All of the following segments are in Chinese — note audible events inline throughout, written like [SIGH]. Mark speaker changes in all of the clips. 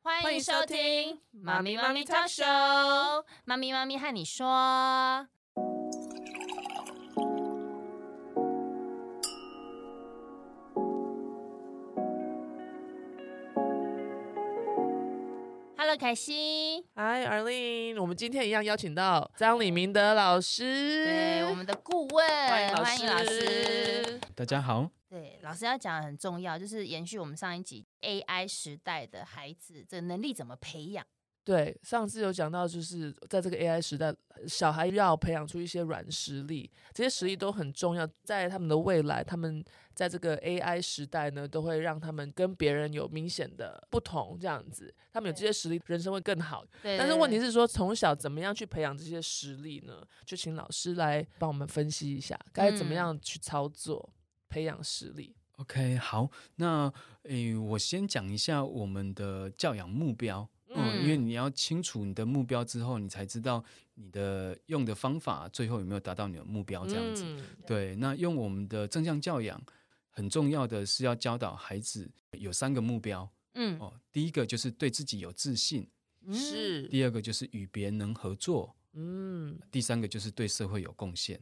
Speaker 1: 欢迎收听《妈咪妈咪 Talk Show》，妈咪妈咪和你说。Hello，凯西，
Speaker 2: 嗨，Arlene，我们今天一样邀请到张李明德老师，
Speaker 1: 对我们的顾问，
Speaker 2: 欢迎
Speaker 1: 嗯
Speaker 2: 老师，
Speaker 1: 欢迎老师。
Speaker 3: 大家好，
Speaker 1: 对，老师要讲的很重要，就是延续我们上一集 AI 时代的孩子这能力怎么培养。
Speaker 2: 对，上次有讲到，就是在这个 AI 时代，小孩要培养出一些软实力，这些实力都很重要，在他们的未来，他们在这个 AI 时代呢，都会让他们跟别人有明显的不同，这样子，他们有这些实力，人生会更好。
Speaker 1: 对，
Speaker 2: 但是问题
Speaker 1: 是，
Speaker 2: 是说，从小怎么样去培养这些实力呢？就请老师来帮我们分析一下，该怎
Speaker 1: 嗯
Speaker 2: 么样去操作、培养实力。
Speaker 3: OK，好，那诶，我先讲一下我们的教养目标，嗯，因为你要清楚你的目标之后，你才知道你的用的方法最后有没有达到你的目标，这样子。
Speaker 2: 嗯
Speaker 3: 对，那用我们的正向教养，很重要的是要教导孩子有三个目标
Speaker 1: 嗯，
Speaker 3: 哦，第一个就是对自己有自信，
Speaker 1: 嗯，
Speaker 2: 是，
Speaker 3: 第二个就是与别人能合作，
Speaker 2: 嗯，
Speaker 3: 第三个就是对社会有贡献。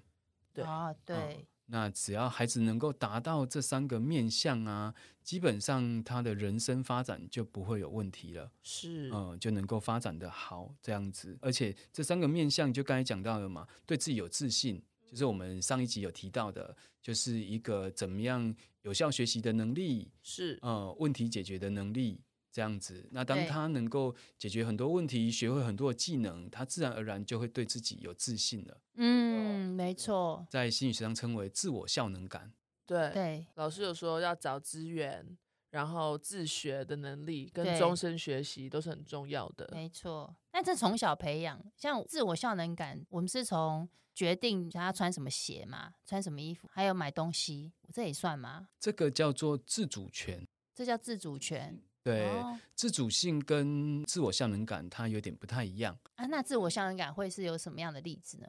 Speaker 2: 对嗯
Speaker 1: 啊，对，
Speaker 3: 那只要孩子能够达到这三个面向啊，基本上他的人生发展就不会有问题了，
Speaker 2: 是，
Speaker 3: 嗯、就能够发展的好这样子。而且这三个面向就刚才讲到了嘛，对自己有自信，就是我们上一集有提到的，就是一个怎么样有效学习的能力，
Speaker 2: 是，
Speaker 3: 呃，问题解决的能力。这样子，那当
Speaker 1: 对
Speaker 3: 他能够解决很多问题，学会很多的技能，他自然而然就会对自己有自信了，
Speaker 1: 嗯，没错，
Speaker 3: 在心理学上称为自我效能感。
Speaker 2: 对，
Speaker 1: 对，
Speaker 2: 老师有说要找资源，然后自学的能力
Speaker 1: 对
Speaker 2: 跟终身学习都是很重要的。
Speaker 1: 没错。但这从小培养，像自我效能感，我们是从决定他穿什么鞋嘛，穿什么衣服，还有买东西，这也算吗？
Speaker 3: 这个叫做自主权。
Speaker 1: 这叫自主权。
Speaker 3: 对，
Speaker 1: 哦
Speaker 3: 自主性跟自我效能感它有点不太一样。
Speaker 1: 啊，那自我效能感会是有什么样的例子呢？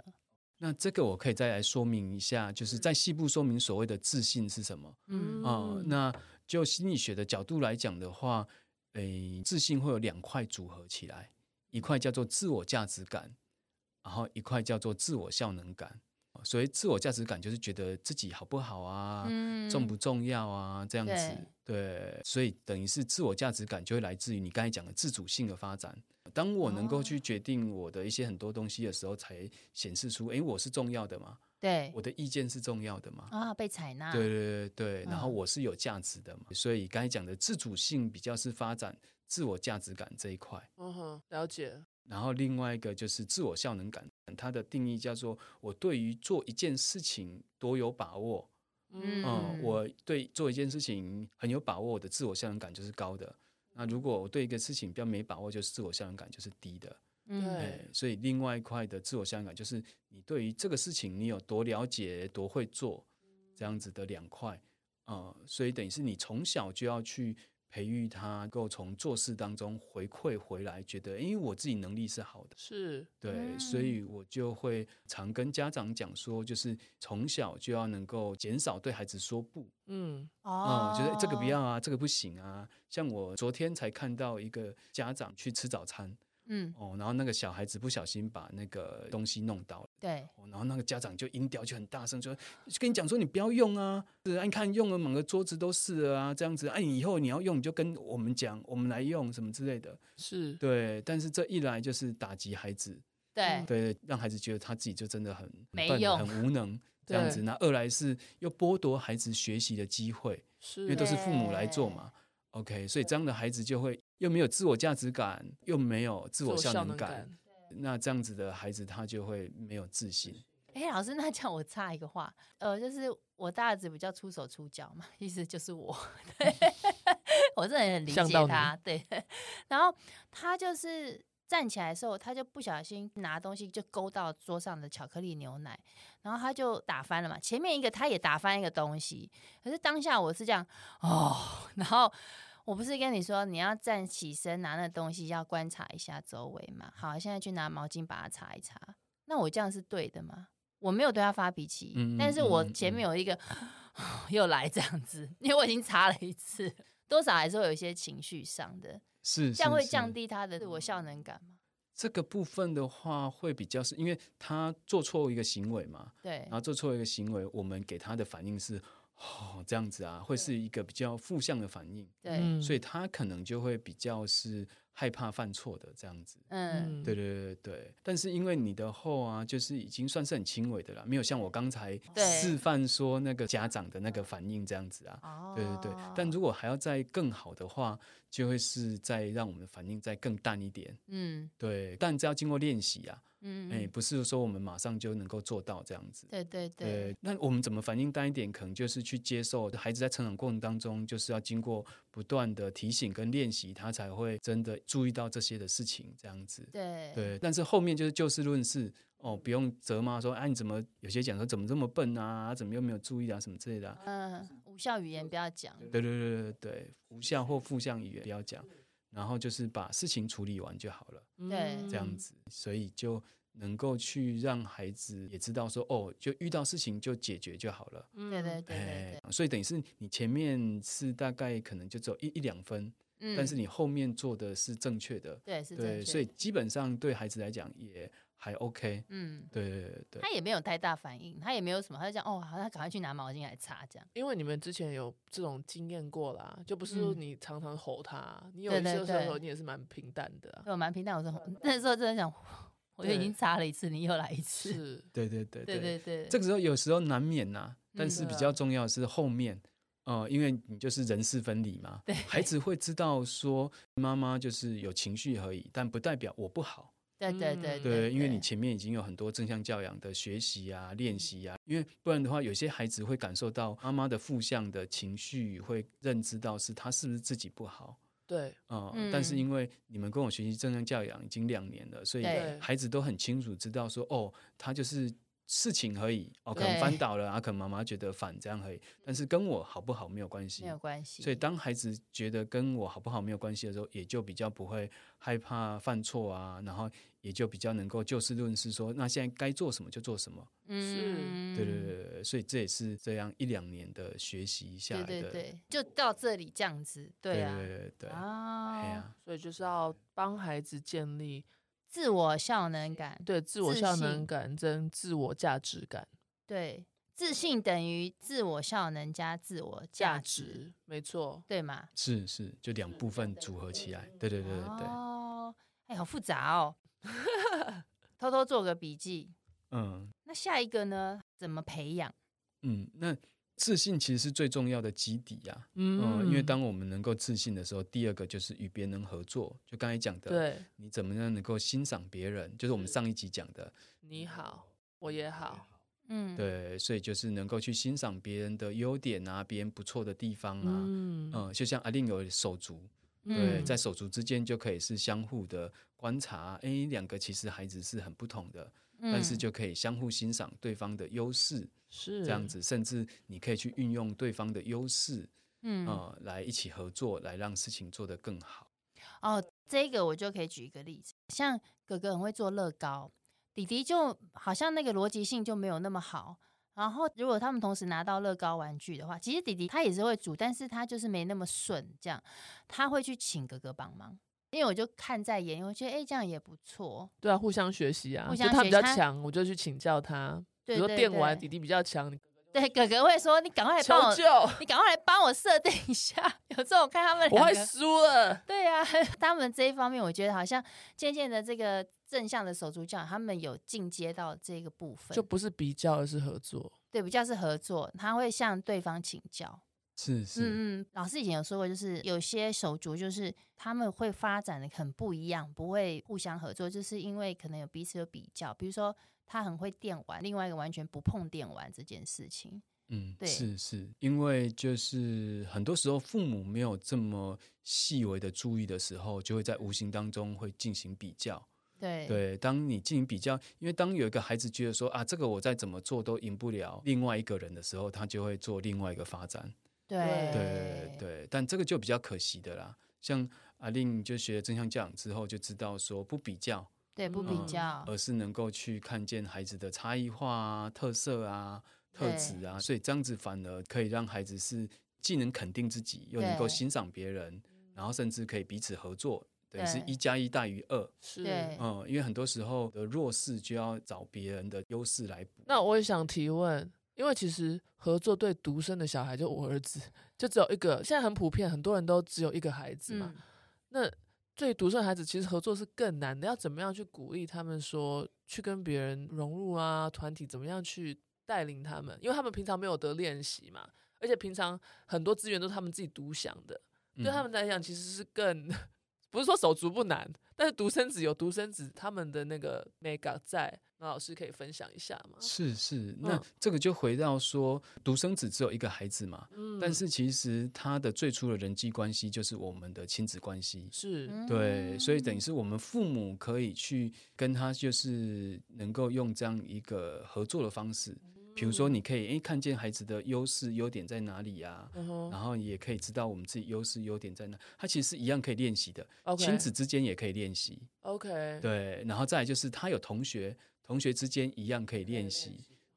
Speaker 3: 那这个我可以再来说明一下，就是再细部说明所谓的自信是什么
Speaker 1: 嗯
Speaker 2: 嗯
Speaker 3: 啊、那就心理学的角度来讲的话，诶，自信会有两块组合起来，一块叫做自我价值感，然后一块叫做自我效能感。所谓自我价值感，就是觉得自己好不好啊，
Speaker 1: 嗯
Speaker 3: 重不重要啊？这样子，对，所以等于是自我价值感就会来自于你刚才讲的自主性的发展。当我能
Speaker 1: 哦
Speaker 3: 够去决定我的一些很多东西的时候，才显示出，诶，我是重要的嘛，
Speaker 1: 对
Speaker 3: 我的意见是重要的嘛，
Speaker 1: 啊，被采纳。
Speaker 3: 对对对对，然后
Speaker 1: 嗯
Speaker 3: 我是有价值的嘛。所以刚才讲的自主性比较是发展自我价值感这一块。
Speaker 2: 嗯哼，了解。
Speaker 3: 然后另外一个就是自我效能感，它的定义叫做我对于做一件事情多有把握，
Speaker 1: 嗯
Speaker 3: 嗯，我对做一件事情很有把握，我的自我效能感就是高的。那如果我对一个事情比较没把握，就是自我效能感就是低的。
Speaker 2: 对
Speaker 1: 嗯
Speaker 3: 哎，所以另外一块的自我效能感就是你对于这个事情你有多了解、多会做，这样子的两块。呃，所以等于是你从小就要去培育他，能够从做事当中回馈回来，觉得因为我自己能力是好的。
Speaker 2: 是，
Speaker 3: 对，
Speaker 1: 嗯
Speaker 3: 所以我就会常跟家长讲说，就是从小就要能够减少对孩子说不，
Speaker 2: 嗯，
Speaker 1: 哦
Speaker 3: 哦，就是、诶这个不要，啊，这个不行啊。像我昨天才看到一个家长去吃早餐
Speaker 1: 嗯，
Speaker 3: 哦，然后那个小孩子不小心把那个东西弄倒了。
Speaker 1: 对，
Speaker 3: 哦然后那个家长就音调就很大声说：“就跟你讲说你不要用啊，是啊，你看用了满个桌子都是了啊，这样子，哎、你以后你要用你就跟我们讲，我们来用什么之类的。”
Speaker 2: 是，
Speaker 3: 对，但是这一来就是打击孩子，
Speaker 1: 对，
Speaker 3: 对，让孩子觉得他自己就真的很
Speaker 1: 没
Speaker 3: 笨
Speaker 1: 用
Speaker 3: 很
Speaker 1: [LAUGHS]
Speaker 3: 无能这样子。
Speaker 2: 对
Speaker 3: 那二来是又剥夺孩子学习的机会，
Speaker 2: 是，
Speaker 3: 因为都是父母来做嘛。OK，所以这样的孩子就会又没有自我价值感，又没有自我效能感，。那这样子的孩子他就会没有自信。
Speaker 1: 哎，老师，那这样我插一个话，呃，就是我大儿子比较出手出脚嘛，意思就是我，对 [LAUGHS] 我真的很理
Speaker 2: 像
Speaker 1: 解
Speaker 2: 到
Speaker 1: 他，对。 [LAUGHS] 然后他就是站起来的时候，他就不小心拿东西就勾到桌上的巧克力牛奶，然后他就打翻了嘛。前面一个他也打翻一个东西，可是当下我是这样哦，然后。我不是跟你说你要站起身拿那东西要观察一下周围嘛？好，现在去拿毛巾把它擦一擦。那我这样是对的吗？我没有对他发脾气，
Speaker 3: 嗯嗯
Speaker 1: 但是我
Speaker 3: 嗯嗯
Speaker 1: 前面有一个、 [LAUGHS] 又来这样子，因为我已经擦了一次，多少还是会有一些情绪上的。
Speaker 3: 是
Speaker 1: 这样
Speaker 3: 是
Speaker 1: 会
Speaker 3: 是
Speaker 1: 降低他的自我效能感吗？
Speaker 3: 这个部分的话，会比较是因为他做错一个行为嘛，
Speaker 1: 对
Speaker 3: 然，后做错一个行为，我们给他的反应是哦这样子啊，会是一个比较负向的反应，
Speaker 1: 对，
Speaker 2: 嗯
Speaker 3: 所以他可能就会比较是害怕犯错的这样子。
Speaker 1: 嗯，
Speaker 3: 对对对对，但是因为你的后啊，就是已经算是很轻微的了，没有像我刚才
Speaker 1: 对
Speaker 3: 示范说那个家长的那个反应这样子啊。
Speaker 1: 哦，
Speaker 3: 对对对，但如果还要再更好的话，就会是再让我们的反应再更淡一点。
Speaker 1: 嗯
Speaker 3: 对，但这要经过练习啊，
Speaker 1: 嗯，
Speaker 3: 哎、
Speaker 1: 嗯
Speaker 3: 不是说我们马上就能够做到这样子。
Speaker 1: 对对对
Speaker 3: 对，那我们怎么反应淡一点？可能就是去接受孩子在成长过程当中，就是要经过不断的提醒跟练习，他才会真的注意到这些的事情，这样子。
Speaker 1: 对
Speaker 3: 对，但是后面就是就事论事哦，不用责骂说，哎、你怎么有些讲说怎么这么笨啊，怎么又没有注意啊，什么之类的啊、
Speaker 1: 嗯，无效语言不要讲，
Speaker 3: 对对对对对，无效或负向语言不要讲，然后就是把事情处理完就好了，
Speaker 1: 对
Speaker 3: 这样
Speaker 2: 嗯
Speaker 3: 子，所以就能够去让孩子也知道说，哦，就遇到事情就解决就好了。
Speaker 1: 嗯
Speaker 2: 嗯
Speaker 1: 对对对对
Speaker 3: 哎
Speaker 1: 对，，
Speaker 3: 所以等于是你前面是大概可能就只有一一两分，
Speaker 1: 嗯，
Speaker 3: 但是你后面做的是正确的，
Speaker 1: 对是
Speaker 3: 对，
Speaker 1: 正
Speaker 3: 所以
Speaker 1: 确，
Speaker 3: 基本上对孩子来讲也还 OK，
Speaker 1: 嗯，
Speaker 3: 对对对对
Speaker 1: 他也没有太大反应，他也没有什么，他就讲哦，好，那赶快去拿毛巾来擦，这样，
Speaker 2: 因为你们之前有这种经验过啦，就不是说
Speaker 1: 嗯
Speaker 2: 你常常吼他，你有
Speaker 1: 对
Speaker 2: 一
Speaker 1: 对
Speaker 2: 些时候
Speaker 1: 对
Speaker 2: 你也是蛮平淡的啊、
Speaker 1: 对我蛮平淡，我说嗯 [LAUGHS] 那时候真的想，我就已
Speaker 2: 对
Speaker 1: 经擦了一次，你又来一次，
Speaker 2: 是，
Speaker 3: 对对对
Speaker 1: 对对对，
Speaker 3: 这个时候有时候难免呐、但是
Speaker 2: 对
Speaker 3: 比
Speaker 2: 啊
Speaker 3: 较重要的是后面，呃，因为你就是人事分离嘛，
Speaker 1: 对
Speaker 3: 孩子会知道说妈妈就是有情绪而已，但不代表我不好，
Speaker 1: 对对对
Speaker 2: 嗯
Speaker 3: 对，因为你前面已经有很多正向教养的学习啊、练习啊，因为不然的话，有些孩子会感受到妈妈的负向的情绪，会认知到是他是不是自己不好。
Speaker 2: 对，
Speaker 3: 呃、但是
Speaker 1: 嗯
Speaker 3: 因为你们跟我学习正向教养已经两年了，所以
Speaker 1: 对
Speaker 3: 孩子都很清楚知道说，哦，他就是事情而已，哦，可能
Speaker 1: 对嗯
Speaker 3: 翻倒了啊，可能妈妈觉得反这样而已，但是跟我好不好没有关系
Speaker 1: 没。有关系，
Speaker 3: 所以当孩子觉得跟我好不好没有关系的时候，也就比较不会害怕犯错啊，然后也就比较能够就事论事说，那现在该做什么就做什么。
Speaker 1: 嗯，
Speaker 3: 对对对对，所以这也是这样一两年的学习下来
Speaker 1: 对
Speaker 3: 的。
Speaker 1: 对对，就到这里这样子，对
Speaker 3: 对
Speaker 1: 啊
Speaker 3: 对，对对，哎
Speaker 1: 啊，
Speaker 3: 呀，
Speaker 2: 所以就是要帮孩子建立
Speaker 1: 自我效能感，
Speaker 2: 对自我
Speaker 1: 自
Speaker 2: 效
Speaker 1: 信
Speaker 2: 能感跟自我价值感、
Speaker 1: 对，自信等于自我效能加自我价
Speaker 2: 价
Speaker 1: 值，
Speaker 2: 值，没错，
Speaker 1: 对吗？
Speaker 3: 是是，就两部分组合起来。对对对对对，
Speaker 1: 哦，哎，好复杂哦， [LAUGHS] 偷偷做个笔记。
Speaker 3: 嗯。
Speaker 1: 那下一个呢？怎么培养？
Speaker 3: 嗯，那自信其实是最重要的基底啊。嗯、因为当我们能够自信的时候，第二个就是与别人合作。就刚才讲的，
Speaker 2: 对
Speaker 3: 你怎么样能够欣赏别人，就是我们上一集讲的，
Speaker 2: 你好，我也好，
Speaker 1: 嗯，，
Speaker 3: 对，所以就是能够去欣赏别人的优点啊，别人不错的地方啊。嗯
Speaker 2: 嗯
Speaker 3: 就像阿令有手足，对，
Speaker 1: 嗯，
Speaker 3: 在手足之间就可以是相互的观察，诶，两个其实孩子是很不同的，但是
Speaker 1: 嗯
Speaker 3: 就可以相互欣赏对方的优势，
Speaker 2: 是
Speaker 3: 这样，子，甚至你可以去运用对方的优势，
Speaker 1: 嗯
Speaker 3: 呃，来一起合作，来让事情做得更好。
Speaker 1: 哦，这个我就可以举一个例子，像哥哥很会做乐高，弟弟就好像那个逻辑性就没有那么好。然后，如果他们同时拿到乐高玩具的话，其实弟弟他也是会煮，但是他就是没那么顺，这样他会去请哥哥帮忙，因为我就看在眼里，我觉得哎、这样也不错。
Speaker 2: 对啊，互相学习啊，
Speaker 1: 互
Speaker 2: 就
Speaker 1: 相
Speaker 2: 他
Speaker 1: 学
Speaker 2: 比较
Speaker 1: 他
Speaker 2: 强，我就去请教他，比
Speaker 1: 对
Speaker 2: 如说
Speaker 1: 对
Speaker 2: 电玩弟
Speaker 1: 对
Speaker 2: 弟比较强，你
Speaker 1: 对，哥哥会说你赶快来
Speaker 2: 求
Speaker 1: 帮我，
Speaker 2: [LAUGHS] 救，
Speaker 1: 你赶快来帮我设定一下。 [LAUGHS] 有时候我看他们
Speaker 2: 我
Speaker 1: 两
Speaker 2: 快
Speaker 1: 个，
Speaker 2: 输了。
Speaker 1: 对啊， [LAUGHS] 他们这一方面，我觉得好像渐渐的这个正向的手足教，他们有进阶到这个部分，
Speaker 2: 就不是比较，而是合作。
Speaker 1: 对，比较是合作，他会向对方请教。
Speaker 3: 是是，
Speaker 1: 嗯嗯，老师以前有说过，就是有些手足就是他们会发展的很不一样，不会互相合作，就是因为可能有彼此有比较，比如说他很会电玩，另外一个完全不碰电玩这件事情。
Speaker 3: 嗯，
Speaker 1: 对
Speaker 3: 是是，因为就是很多时候父母没有这么细微的注意的时候，就会在无形当中会进行比较。
Speaker 1: 对
Speaker 3: 对，当你进行比较，因为当有一个孩子觉得说啊，这个我再怎么做都赢不了另外一个人的时候，他就会做另外一个发展。
Speaker 1: 对
Speaker 3: 对对，但这个就比较可惜的啦。像阿令就学了正向教养之后，就知道说不比较，
Speaker 1: 对不比
Speaker 3: 嗯
Speaker 1: 较，
Speaker 3: 而是能够去看见孩子的差异化啊、特色啊、特
Speaker 1: 对
Speaker 3: 质啊，所以这样子反而可以让孩子是既能肯定自己，又能够
Speaker 1: 对
Speaker 3: 欣赏别人，然然后甚至可以彼此合作，等于是
Speaker 1: 对
Speaker 3: 一加一大于二。
Speaker 2: 是
Speaker 1: 对
Speaker 3: 嗯，因为很多时候的弱势就要找别人的优势来补。
Speaker 2: 那我也想提问，因为其实合作对独生的小孩，就我儿子，就只有一个，现在很普遍，很多人都只有一个孩子嘛。
Speaker 1: 嗯，
Speaker 2: 那对独生的孩子，其实合作是更难的，要怎么样去鼓励他们说去跟别人融入啊，团体怎么样去带领他们，因为他们平常没有得练习嘛，而且平常很多资源都是他们自己独享的，
Speaker 3: 嗯
Speaker 2: 对他们来讲其实是更。不是说手足不难，但是独生子有独生子他们的那个 mega 在，那老师可以分享一下吗？
Speaker 3: 是是，那
Speaker 2: 嗯
Speaker 3: 这个就回到说，独生子只有一个孩子嘛，
Speaker 2: 嗯
Speaker 3: 但是其实他的最初的人际关系就是我们的亲子关系。
Speaker 2: 是，
Speaker 3: 对，所以等于
Speaker 1: 嗯
Speaker 3: 是我们父母可以去跟他，就是能够用这样一个合作的方式，比如说你可以诶看见孩子的优势优点在哪里呀、
Speaker 2: 嗯哼
Speaker 3: 然后也可以知道我们自己优势优点在哪，他其实是一样可以练习的，
Speaker 2: ，OK，
Speaker 3: 亲子之间也可以练习。
Speaker 2: OK，，
Speaker 3: 对，然后再来就是他有同学，同学之间一样可以练习。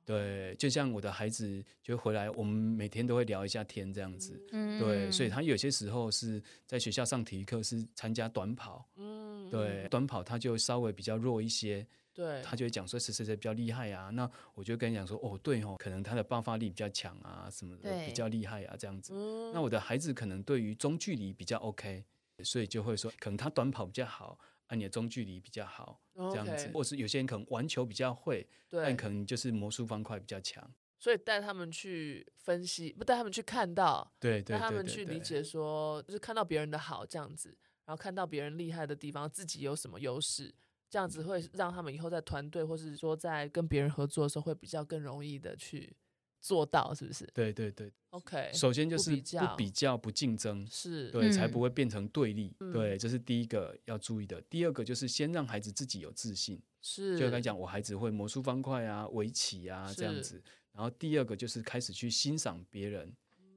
Speaker 3: 对，就像我的孩子就回来，我们每天都会聊一下天这样子。
Speaker 1: 嗯
Speaker 3: 对，所以他 [LAUGHS] 有些时候是在学校上体育课，是参加短跑。
Speaker 2: 嗯，
Speaker 3: 对，短跑他就稍微比较弱一些，
Speaker 2: 对，
Speaker 3: 他就会讲说谁谁谁比较厉害啊。那我就跟你讲说，哦，对哦，可能他的爆发力比较强啊，什么的
Speaker 1: 对
Speaker 3: 比较厉害啊，这样子。
Speaker 2: 嗯
Speaker 3: 那我的孩子可能对于中距离比较 OK，所以就会说，可能他短跑比较好，啊，你的中距离比较好。这样子，
Speaker 2: OK，
Speaker 3: 或是有些人可能玩球比较会，但
Speaker 2: 对，
Speaker 3: 可能就是魔术方块比较强。
Speaker 2: 所以带他们去分析，不带他们去看到，
Speaker 3: 对对
Speaker 2: 带
Speaker 3: 对，
Speaker 2: 他们
Speaker 3: 对
Speaker 2: 去
Speaker 3: 对
Speaker 2: 理解说，就是看到别人的好这样子，然后看到别人厉害的地方，自己有什么优势。这样子会让他们以后在团队，或是说在跟别人合作的时候，会比较更容易的去做到，是不是
Speaker 3: 对对对，
Speaker 2: ？OK，
Speaker 3: 首先就
Speaker 2: 不
Speaker 3: 是
Speaker 2: 比
Speaker 3: 不比较、不竞争，
Speaker 2: 是，
Speaker 3: 对，才
Speaker 1: 嗯
Speaker 3: 不会变成对立。
Speaker 2: 嗯
Speaker 3: 对，这是第一个要注意的。第二个就是先让孩子自己有自信，
Speaker 2: 是，
Speaker 3: 就刚才讲，我孩子会魔术方块啊、围棋啊这样
Speaker 2: 是
Speaker 3: 子。然后第二个就是开始去欣赏别人，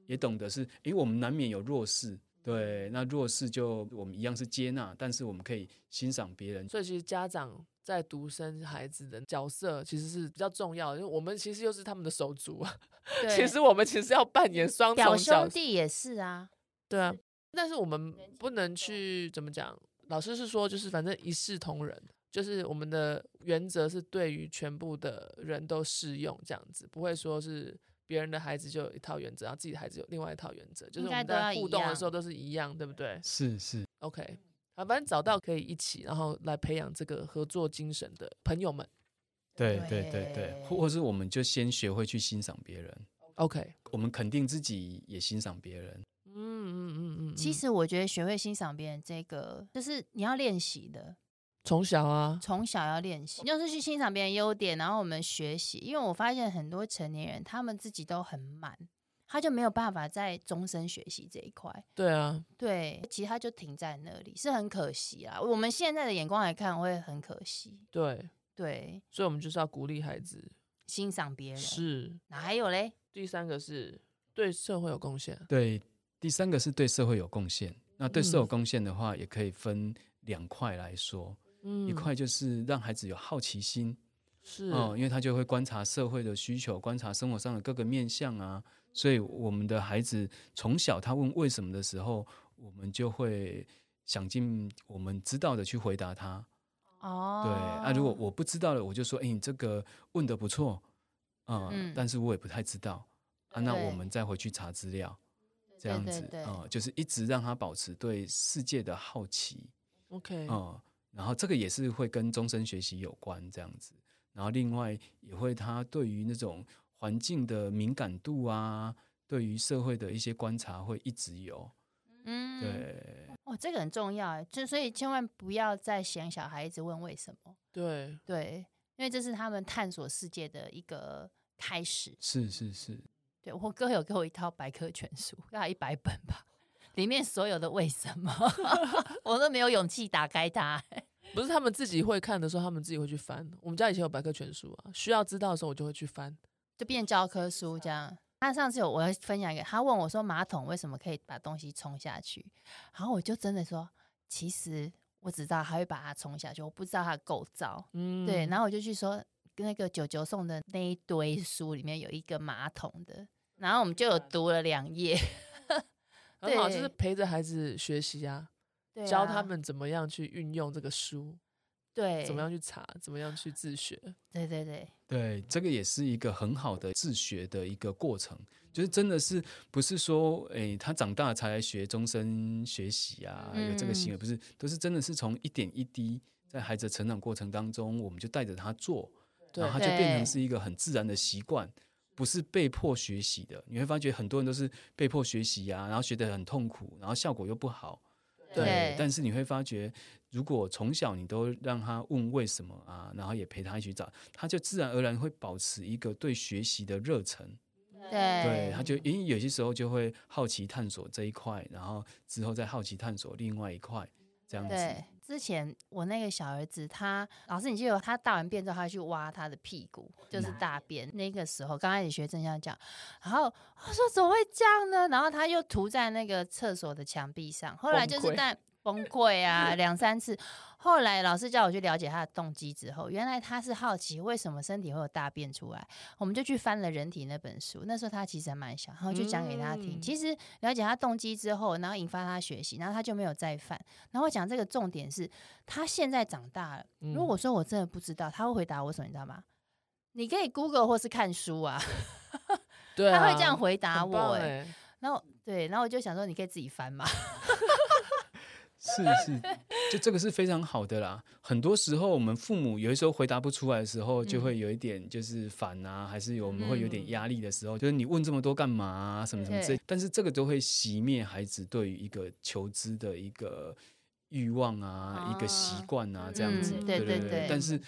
Speaker 3: 也懂得是，诶，我们难免有弱势。对，那弱势就我们一样是接纳，但是我们可以欣赏别人，
Speaker 2: 所以其实家长在独生孩子的角色其实是比较重要的，因为我们其实又是他们的手足啊。
Speaker 1: 对嗯
Speaker 2: 其实我们其实要扮演双重
Speaker 1: 表
Speaker 2: 角
Speaker 1: 兄
Speaker 2: 色，
Speaker 1: 弟也是啊，
Speaker 2: 对啊。但是我们不能去怎么讲？老师是说，就是反正一视同仁，就是我们的原则是对于全部的人都适用，这样子不会说是别人的孩子就有一套原则，然后自己的孩子有另外一套原则，就是
Speaker 1: 应
Speaker 2: 我
Speaker 1: 该
Speaker 2: 们
Speaker 1: 都要
Speaker 2: 在
Speaker 1: 一
Speaker 2: 互动的
Speaker 1: 样
Speaker 2: 时候都是一样，对不对？
Speaker 3: 是是。
Speaker 2: OK，啊，反正找到可以一起，然后来培养这个合作精神的朋友们。
Speaker 3: 对
Speaker 1: 对
Speaker 3: 对对对，或或是我们就先学会去欣赏别人，
Speaker 2: OK，
Speaker 3: 我们肯定自己，也欣赏别人。
Speaker 2: 嗯嗯嗯嗯，
Speaker 1: 其
Speaker 2: 嗯
Speaker 1: 实我觉得学会欣赏别人这个，就是你要练习的，
Speaker 2: 从小啊，
Speaker 1: 从小要练习，就是去欣赏别人优点，然后我们学习。因为我发现很多成年人他们自己都很满，他就没有办法在终身学习这一块。
Speaker 2: 对啊，
Speaker 1: 对，其实他就停在那里，是很可惜啦。我们现在的眼光来看，会很可惜。
Speaker 2: 对，
Speaker 1: 对，
Speaker 2: 所以我们就是要鼓励孩子。
Speaker 1: 欣赏别人。
Speaker 2: 是，
Speaker 1: 哪还有嘞？
Speaker 2: 第三个是对社会有贡献。
Speaker 3: 对，第三个是对社会有贡献。那对社会有
Speaker 2: 嗯
Speaker 3: 贡献的话，也可以分两块来说，
Speaker 2: 嗯
Speaker 3: 一块就是让孩子有好奇心，
Speaker 2: 是，
Speaker 3: 哦，因为他就会观察社会的需求，观察生活上的各个面向啊。所以我们的孩子从小他问为什么的时候，我们就会想尽我们知道的去回答他。
Speaker 1: 哦，
Speaker 3: 对啊，如果我不知道了，我就说，哎、你这个问的不错，呃、
Speaker 1: 嗯
Speaker 3: 但是我也不太知道啊，那我
Speaker 1: 对
Speaker 3: 们再回去查资料，这
Speaker 1: 对
Speaker 3: 样
Speaker 1: 对
Speaker 3: 子，
Speaker 1: 对
Speaker 3: 呃，就是一直让他保持对世界的好奇，
Speaker 2: OK，
Speaker 3: 呃，然后这个也是会跟终身学习有关，这样子，然后另外也会他对于那种环境的敏感度啊，对于社会的一些观察会一直有，
Speaker 1: 嗯，
Speaker 3: 对，
Speaker 1: 哦，这个很重要哎，就所以千万不要再嫌小孩子问为什么，
Speaker 2: 对，
Speaker 1: 对，因为这是他们探索世界的一个开始。
Speaker 3: 是是是，
Speaker 1: 对我哥有给我一套百科全书，大概一百本吧，里面所有的为什么， [LAUGHS] 我都没有勇气打开它。 [LAUGHS]
Speaker 2: 不是他们自己会看的时候，他们自己会去翻。我们家以前有百科全书啊，需要知道的时候我就会去翻。
Speaker 1: 就变教科书这样。他上次有我要分享一个，他问我说马桶为什么可以把东西冲下去，然后我就真的说，其实我只知道他会把它冲下去，我不知道它的构造。
Speaker 2: 嗯，
Speaker 1: 对，然后我就去说那个九九送的那一堆书里面有一个马桶的，然后我们就有读了两页。
Speaker 2: 很好，就是
Speaker 1: 对
Speaker 2: 陪着孩子学习啊，
Speaker 1: 对
Speaker 2: [LAUGHS] 教
Speaker 1: 啊
Speaker 2: 他们怎么样去运用这个书，
Speaker 1: [LAUGHS] 对
Speaker 2: 怎么样去查，怎么样去自学。
Speaker 1: 对对对，
Speaker 3: 对，这个也是一个很好的自学的一个过程，就是真的是不是说，诶，他长大才来学终身学习啊，有这个行为，不是，都是真的是从一点一滴，在孩子的成长过程当中，我们就带着他做，
Speaker 2: 对
Speaker 3: 然后他就变成
Speaker 1: 对
Speaker 3: 是一个很自然的习惯，不是被迫学习的。你会发觉很多人都是被迫学习啊，然后学得很痛苦，然后效果又不好。
Speaker 2: 对
Speaker 3: 但是你会发觉，如果从小你都让他问为什么啊，然后也陪他一起找，他就自然而然会保持一个对学习的热忱。对，他就因为有些时候就会好奇探索这一块，然后之后再好奇探索另外一块，这样子。
Speaker 1: 对，之前我那个小儿子他，老师你记得他大完便之后，他去挖他的屁股，就是
Speaker 2: 嗯
Speaker 1: 大便。那个时候刚开始学正向讲，然后我说怎么会这样呢？然后他又涂在那个厕所的墙壁上，后来就
Speaker 2: 崩
Speaker 1: 是
Speaker 2: 溃 [LAUGHS]
Speaker 1: 但崩溃啊两三次。后来老师叫我去了解他的动机之后，原来他是好奇为什么身体会有大便出来，我们就去翻了《人体》那本书。那时候他其实还蛮小，然后就讲给他听。
Speaker 2: 嗯
Speaker 1: 其实了解他动机之后，然后引发他学习，然后他就没有再犯。然后我讲这个重点是，他现在长大了。
Speaker 3: 嗯
Speaker 1: 如果说我真的不知道，他会回答我什么，你知道吗？你可以 Google 或是看书啊，
Speaker 2: 对啊，
Speaker 1: 他会这样回答
Speaker 2: 很
Speaker 1: 我、
Speaker 2: 棒
Speaker 1: 欸。
Speaker 2: 哎、
Speaker 1: 然后对，然后我就想说，你可以自己翻
Speaker 3: [LAUGHS]
Speaker 1: 嘛。
Speaker 3: 是是，就这个是非常好的啦。很多时候，我们父母有的时候回答不出来的时候，就
Speaker 1: 嗯
Speaker 3: 会有一点就是烦啊，还是有我们会有点
Speaker 2: 嗯
Speaker 3: 压力的时候，就是你问这么多干嘛、啊，什么什么之类
Speaker 1: 对。
Speaker 3: 但是这个都会熄灭孩子对于一个求知的一个欲望啊，一个习
Speaker 2: 啊
Speaker 3: 惯啊，这样子。
Speaker 1: 嗯
Speaker 3: 对
Speaker 1: 对
Speaker 3: 对
Speaker 1: 对对
Speaker 3: 但是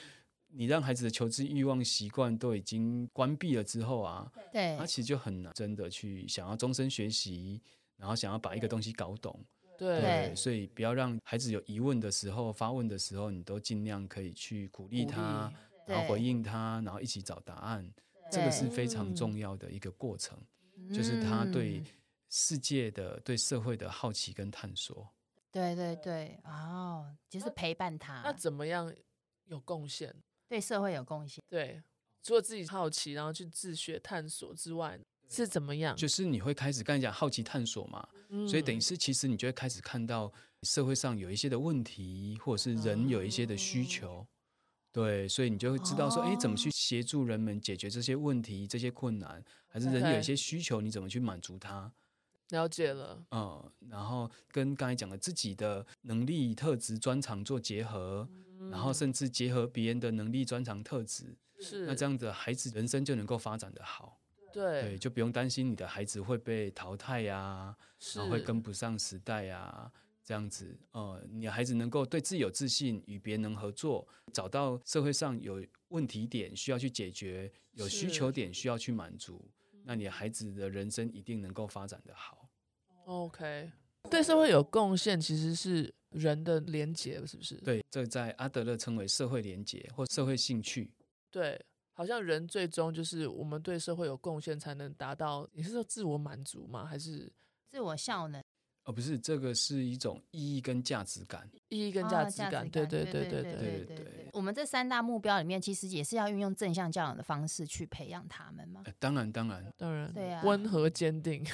Speaker 3: 你让孩子的求知欲望习惯都已经关闭了之后啊，
Speaker 1: 对
Speaker 3: 他其实就很难真的去想要终身学习，然后想要把一个东西搞懂。
Speaker 2: 对
Speaker 3: 对，
Speaker 1: 对
Speaker 3: 所以不要让孩子有疑问的时候、发问的时候，你都尽量可以去鼓励
Speaker 2: 鼓
Speaker 3: 他，然哦后回应他，然后一起找答案。这
Speaker 1: 对
Speaker 3: 个
Speaker 1: 嗯
Speaker 3: 是非常
Speaker 2: 嗯
Speaker 3: 重要的一个过程，就是他对世界的、对社会的好奇跟探索。
Speaker 1: 对对对，哦，就是陪伴
Speaker 2: 那
Speaker 1: 他，
Speaker 2: 怎么样有贡献？
Speaker 1: 对社会有贡献。
Speaker 2: 对，除了自己好奇，然后去自学探索之外，是怎么样？
Speaker 3: 就是你会开始刚才讲好奇探索嘛，所以
Speaker 2: 嗯
Speaker 3: 等于是其实你就会开始看到社会上有一些的问题，或者是人有一些的需求。对，所以你就会知道说，哎、怎么去协助人们解决这些问题、这些困难，还是人有一
Speaker 2: OK
Speaker 3: 些需求，你怎么去满足他？
Speaker 2: 了解了，
Speaker 3: 嗯，然后跟刚才讲的自己的能力、特质、专长做结合，然后甚至结合别人的能力、专长、特质，
Speaker 2: 是
Speaker 3: 那这样子孩子人生就能够发展的好。对，
Speaker 2: 对，
Speaker 3: 就不用担心你的孩子会被淘汰啊呀、
Speaker 2: 是
Speaker 3: 然后会跟不上时代啊，这样子，呃，你的孩子能够对自己有自信，与别人能合作，找到社会上有问题点需要去解决，有需
Speaker 2: 是
Speaker 3: 求点需要去满足，那你的孩子的人生一定能够发展的好。
Speaker 2: OK，对社会有贡献其实是人的连结，是不是？
Speaker 3: 对，这在阿德勒称为社会连结或社会兴趣。
Speaker 2: 对，好像人最终就是我们对社会有贡献，才能达到你是说自我满足吗？还是
Speaker 1: 自我效能，
Speaker 3: 而不是这个是一种意义跟价值感，
Speaker 2: 意义跟
Speaker 1: 哦
Speaker 2: 价
Speaker 1: 值
Speaker 2: 值感？对
Speaker 1: 对
Speaker 2: 对
Speaker 1: 对
Speaker 2: 对
Speaker 1: 对
Speaker 3: 对对
Speaker 1: 我们这三大目标里面，其实也是要运用正向教养的方式去培养他们嘛。
Speaker 3: 呃当然当然
Speaker 2: 当然，
Speaker 1: 对啊
Speaker 2: 温和坚定，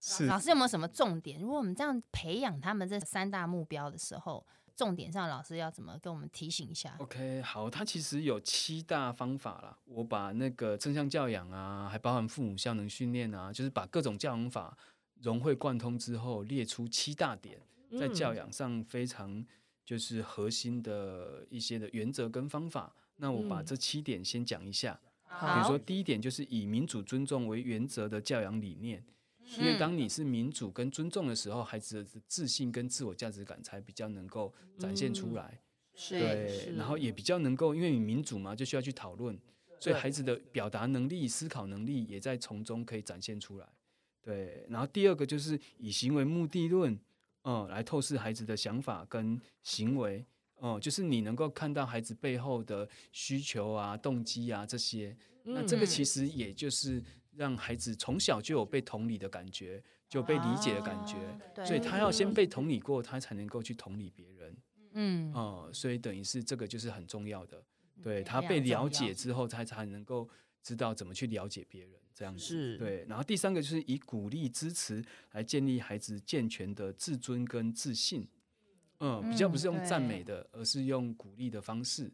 Speaker 3: 是
Speaker 1: 老师有没有什么重点？如果我们这样培养他们这三大目标的时候，重点上老师要怎么跟我们提醒一下？
Speaker 3: OK，好，它其实有七大方法啦。我把那个正向教养啊，还包含父母效能训练啊，就是把各种教养法融会贯通之后，列出七大点， [LAUGHS] 在教
Speaker 2: 嗯
Speaker 3: 养上非常就是核心的一些的原则跟方法。那我把
Speaker 2: 嗯
Speaker 3: 这七点先讲一下，比如
Speaker 1: 好
Speaker 3: 说第一点就是以民主尊重为原则的教养理念，因为
Speaker 1: 嗯
Speaker 3: 当你是民主跟尊重的时候，孩子的自信跟自我价值感才比较能够展现出
Speaker 2: 嗯
Speaker 3: 来。
Speaker 1: 是
Speaker 3: 对，然后也比较能够，因为你民主嘛，就需要去讨论，所
Speaker 2: 对
Speaker 3: 以孩子的表达能力、思考能力也在从中可以展现出来。对，然后第二个就是以行为目的论，嗯，来透视孩子的想法跟行为，嗯，就是你能够看到孩子背后的需求啊、动机啊这些。那这个
Speaker 1: 嗯
Speaker 3: 其实也就是让孩子从小就有被同理的感觉，就被理解的感觉，
Speaker 1: 啊
Speaker 3: 所以他要先
Speaker 2: 对
Speaker 3: 被同理过，他才能够去同理别人。
Speaker 1: 嗯，
Speaker 3: 哦哦、所以等于是这个就是很重要的，对
Speaker 1: 嗯
Speaker 3: 他
Speaker 1: 非
Speaker 3: 被
Speaker 1: 常重
Speaker 3: 了
Speaker 1: 要
Speaker 3: 解之后，他才能够知道怎么去了解别人，这样子
Speaker 2: 是
Speaker 3: 对。然后第三个就是以鼓励支持来建立孩子健全的自尊跟自信。嗯，比较不是
Speaker 1: 嗯
Speaker 3: 用
Speaker 1: 对
Speaker 3: 赞美的，而是用鼓励的方式，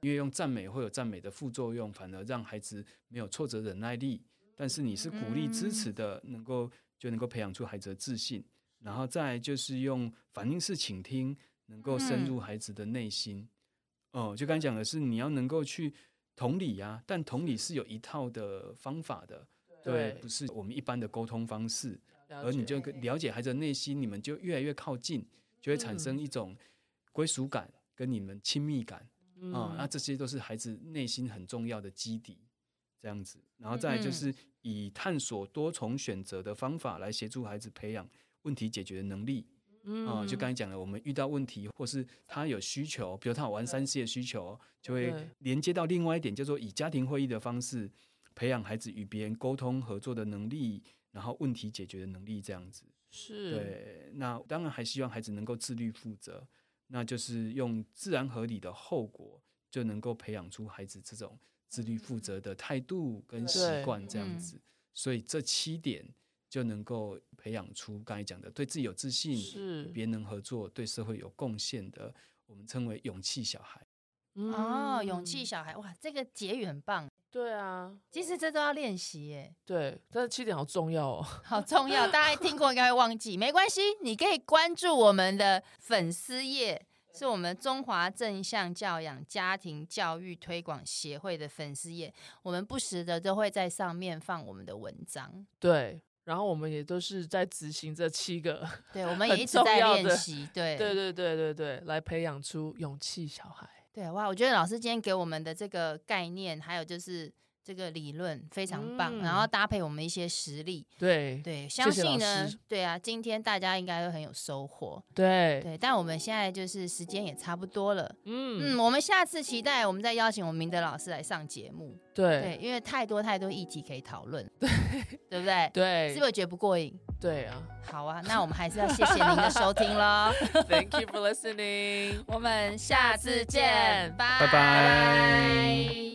Speaker 3: 因为用赞美会有赞美的副作用，反而让孩子没有挫折忍耐力。但是你是鼓励支持的，
Speaker 1: 嗯
Speaker 3: 能够就能够培养出孩子的自信。然后再来就是用反应式倾听，能够
Speaker 1: 嗯
Speaker 3: 深入孩子的内心。哦、就刚才讲的是，你要能够去同理啊，但同理是有一套的方法的，
Speaker 2: 对
Speaker 3: 对，不是我们一般的沟通方式。
Speaker 2: 了
Speaker 3: 而你
Speaker 2: 解
Speaker 3: 就跟了解孩子的内心，你们就越来越靠近，就会产生一种归属感跟你们亲密感啊、那这些都是孩子内心很重要的基底，这样子。然后再来就
Speaker 1: 嗯
Speaker 3: 是以探索多重选择的方法来协助孩子培养问题解决的能力啊、
Speaker 2: 嗯
Speaker 3: 就刚才讲了，我们遇到问题或是他有需求，比如他有玩三 C 的需求，就会
Speaker 2: 对
Speaker 3: 连接到另外一点，叫做以家庭会议的方式培养孩子与别人沟通合作的能力。然后问题解决的能力这样子，
Speaker 2: 是
Speaker 3: 对，那当然还希望孩子能够自律负责，那就是用自然合理的后果，就能够培养出孩子这种自律负责的态度跟习
Speaker 2: 对
Speaker 3: 惯这样
Speaker 1: 嗯
Speaker 3: 子。所以这七点就能够培养出刚才讲的对自己有自信、
Speaker 2: 是嗯
Speaker 3: 与别人合作、对社会有贡献的，我们称为勇气小孩。
Speaker 1: 哦，勇气
Speaker 2: 嗯
Speaker 1: 小孩，哇，这个结语很棒。
Speaker 2: 对啊，
Speaker 1: 其实这都要练习耶，
Speaker 2: 对，但是七点好重要哦。
Speaker 1: 好重要。大家听过应该会忘记，没关系，你可以关注我们的粉丝页，是我们中华正向教养家庭教育推广协会的粉丝页，我们不时的都会在上面放我们的文
Speaker 2: [LAUGHS]
Speaker 1: 章。
Speaker 2: 对，然后我们也都是在执行这七个，
Speaker 1: 对，我们也
Speaker 2: 很
Speaker 1: 一直
Speaker 2: 重
Speaker 1: 在
Speaker 2: 要
Speaker 1: 练
Speaker 2: 的
Speaker 1: 习。对
Speaker 2: [LAUGHS] 对对对对对，来培养出勇气小孩。
Speaker 1: 对，哇，我觉得老师今天给我们的这个概念，还有就是这个理论非常棒，然后
Speaker 2: 嗯
Speaker 1: 搭配我们一些实例，
Speaker 2: 对
Speaker 1: 对，相
Speaker 2: 谢老
Speaker 1: 信呢，
Speaker 2: 师
Speaker 1: 对啊，今天大家应该会很有收获。
Speaker 2: 对
Speaker 1: 对，但我们现在就是时间也差不多了，
Speaker 2: 嗯
Speaker 1: 嗯，我们下次期待我们再邀请我们明德老师来上节目，
Speaker 2: 对
Speaker 1: 对，因为太多太多议题可以讨论，对，对不对？是
Speaker 2: 对
Speaker 1: 不是觉得不过瘾？[LAUGHS]
Speaker 2: 对啊
Speaker 1: 好啊，那我们还是要谢谢您的收听 [LAUGHS] 喽，
Speaker 2: ！Thank
Speaker 1: [LAUGHS]
Speaker 2: you for listening。
Speaker 1: 我们下次见，拜
Speaker 3: 拜拜